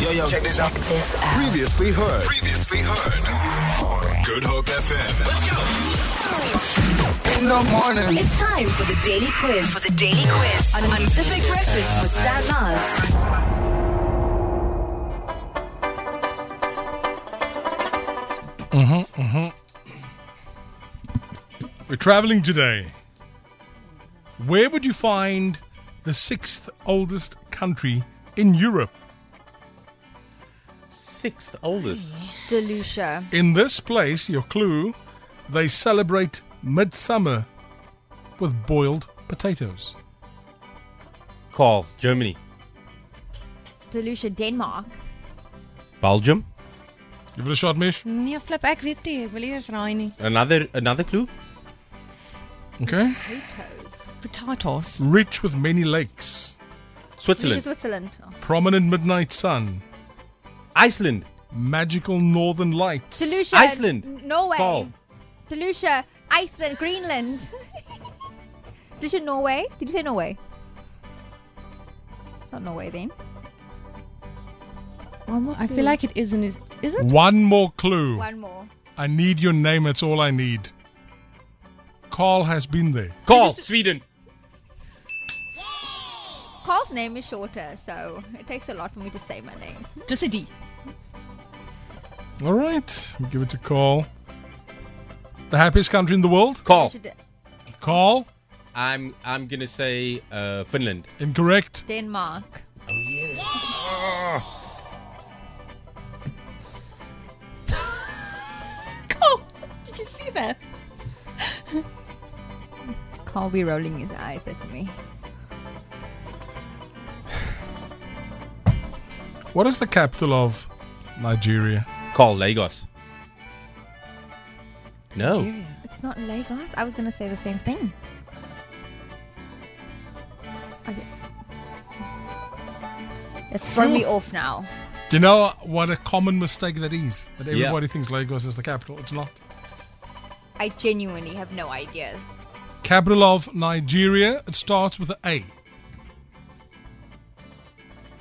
Yo, yo, Check this out. This out. Previously heard. Previously heard. Good Hope FM. Let's go. In the morning. It's time for the daily quiz. For the daily quiz on, on the Big Breakfast with Stan Mars. We're traveling today. Where would you find the sixth oldest country in Europe? Sixth oldest. Delusia. In this place, your clue, they celebrate midsummer with boiled potatoes. Carl, Germany. Delusia, Denmark. Belgium. Give it a shot, Mish. Mm. Nee, flip, ek weet nie. Ek wil nie eens raai nie. Another another clue. Okay. Potatoes. Potatoes. Rich with many lakes, Delusia, Switzerland. Switzerland. Oh. prominent midnight sun, Iceland. magical northern lights. Delusia. Iceland. N- Norway. Carl. Delusia, Iceland, Greenland. Delusia, Norway. Did you say Norway? It's not Norway then. One more. I feel like it isn't. Is, is it? One more clue. One more. I need your name. That's all I need. Carl has been there. Carl, Sweden. Carl's name is shorter, so it takes a lot for me to say my name. Dis 'n D. All right, we give it to Carl. The happiest country in the world? Carl. Delusia, De- Carl, I'm I'm gonna say uh, Finland. incorrect. Denmark. Ah. Cool. Did you see that? Carl be rolling his eyes at me. What is the capital of Nigeria? Carl, Lagos. No. Nigeria. It's not Lagos. I was gonna say the same thing. Okay. Oh, That's thrown me off now. Do you know what a common mistake that is? That Yeah. everybody thinks Lagos is the capital. It's not. I genuinely have no idea. Capital of Nigeria. It starts with an A.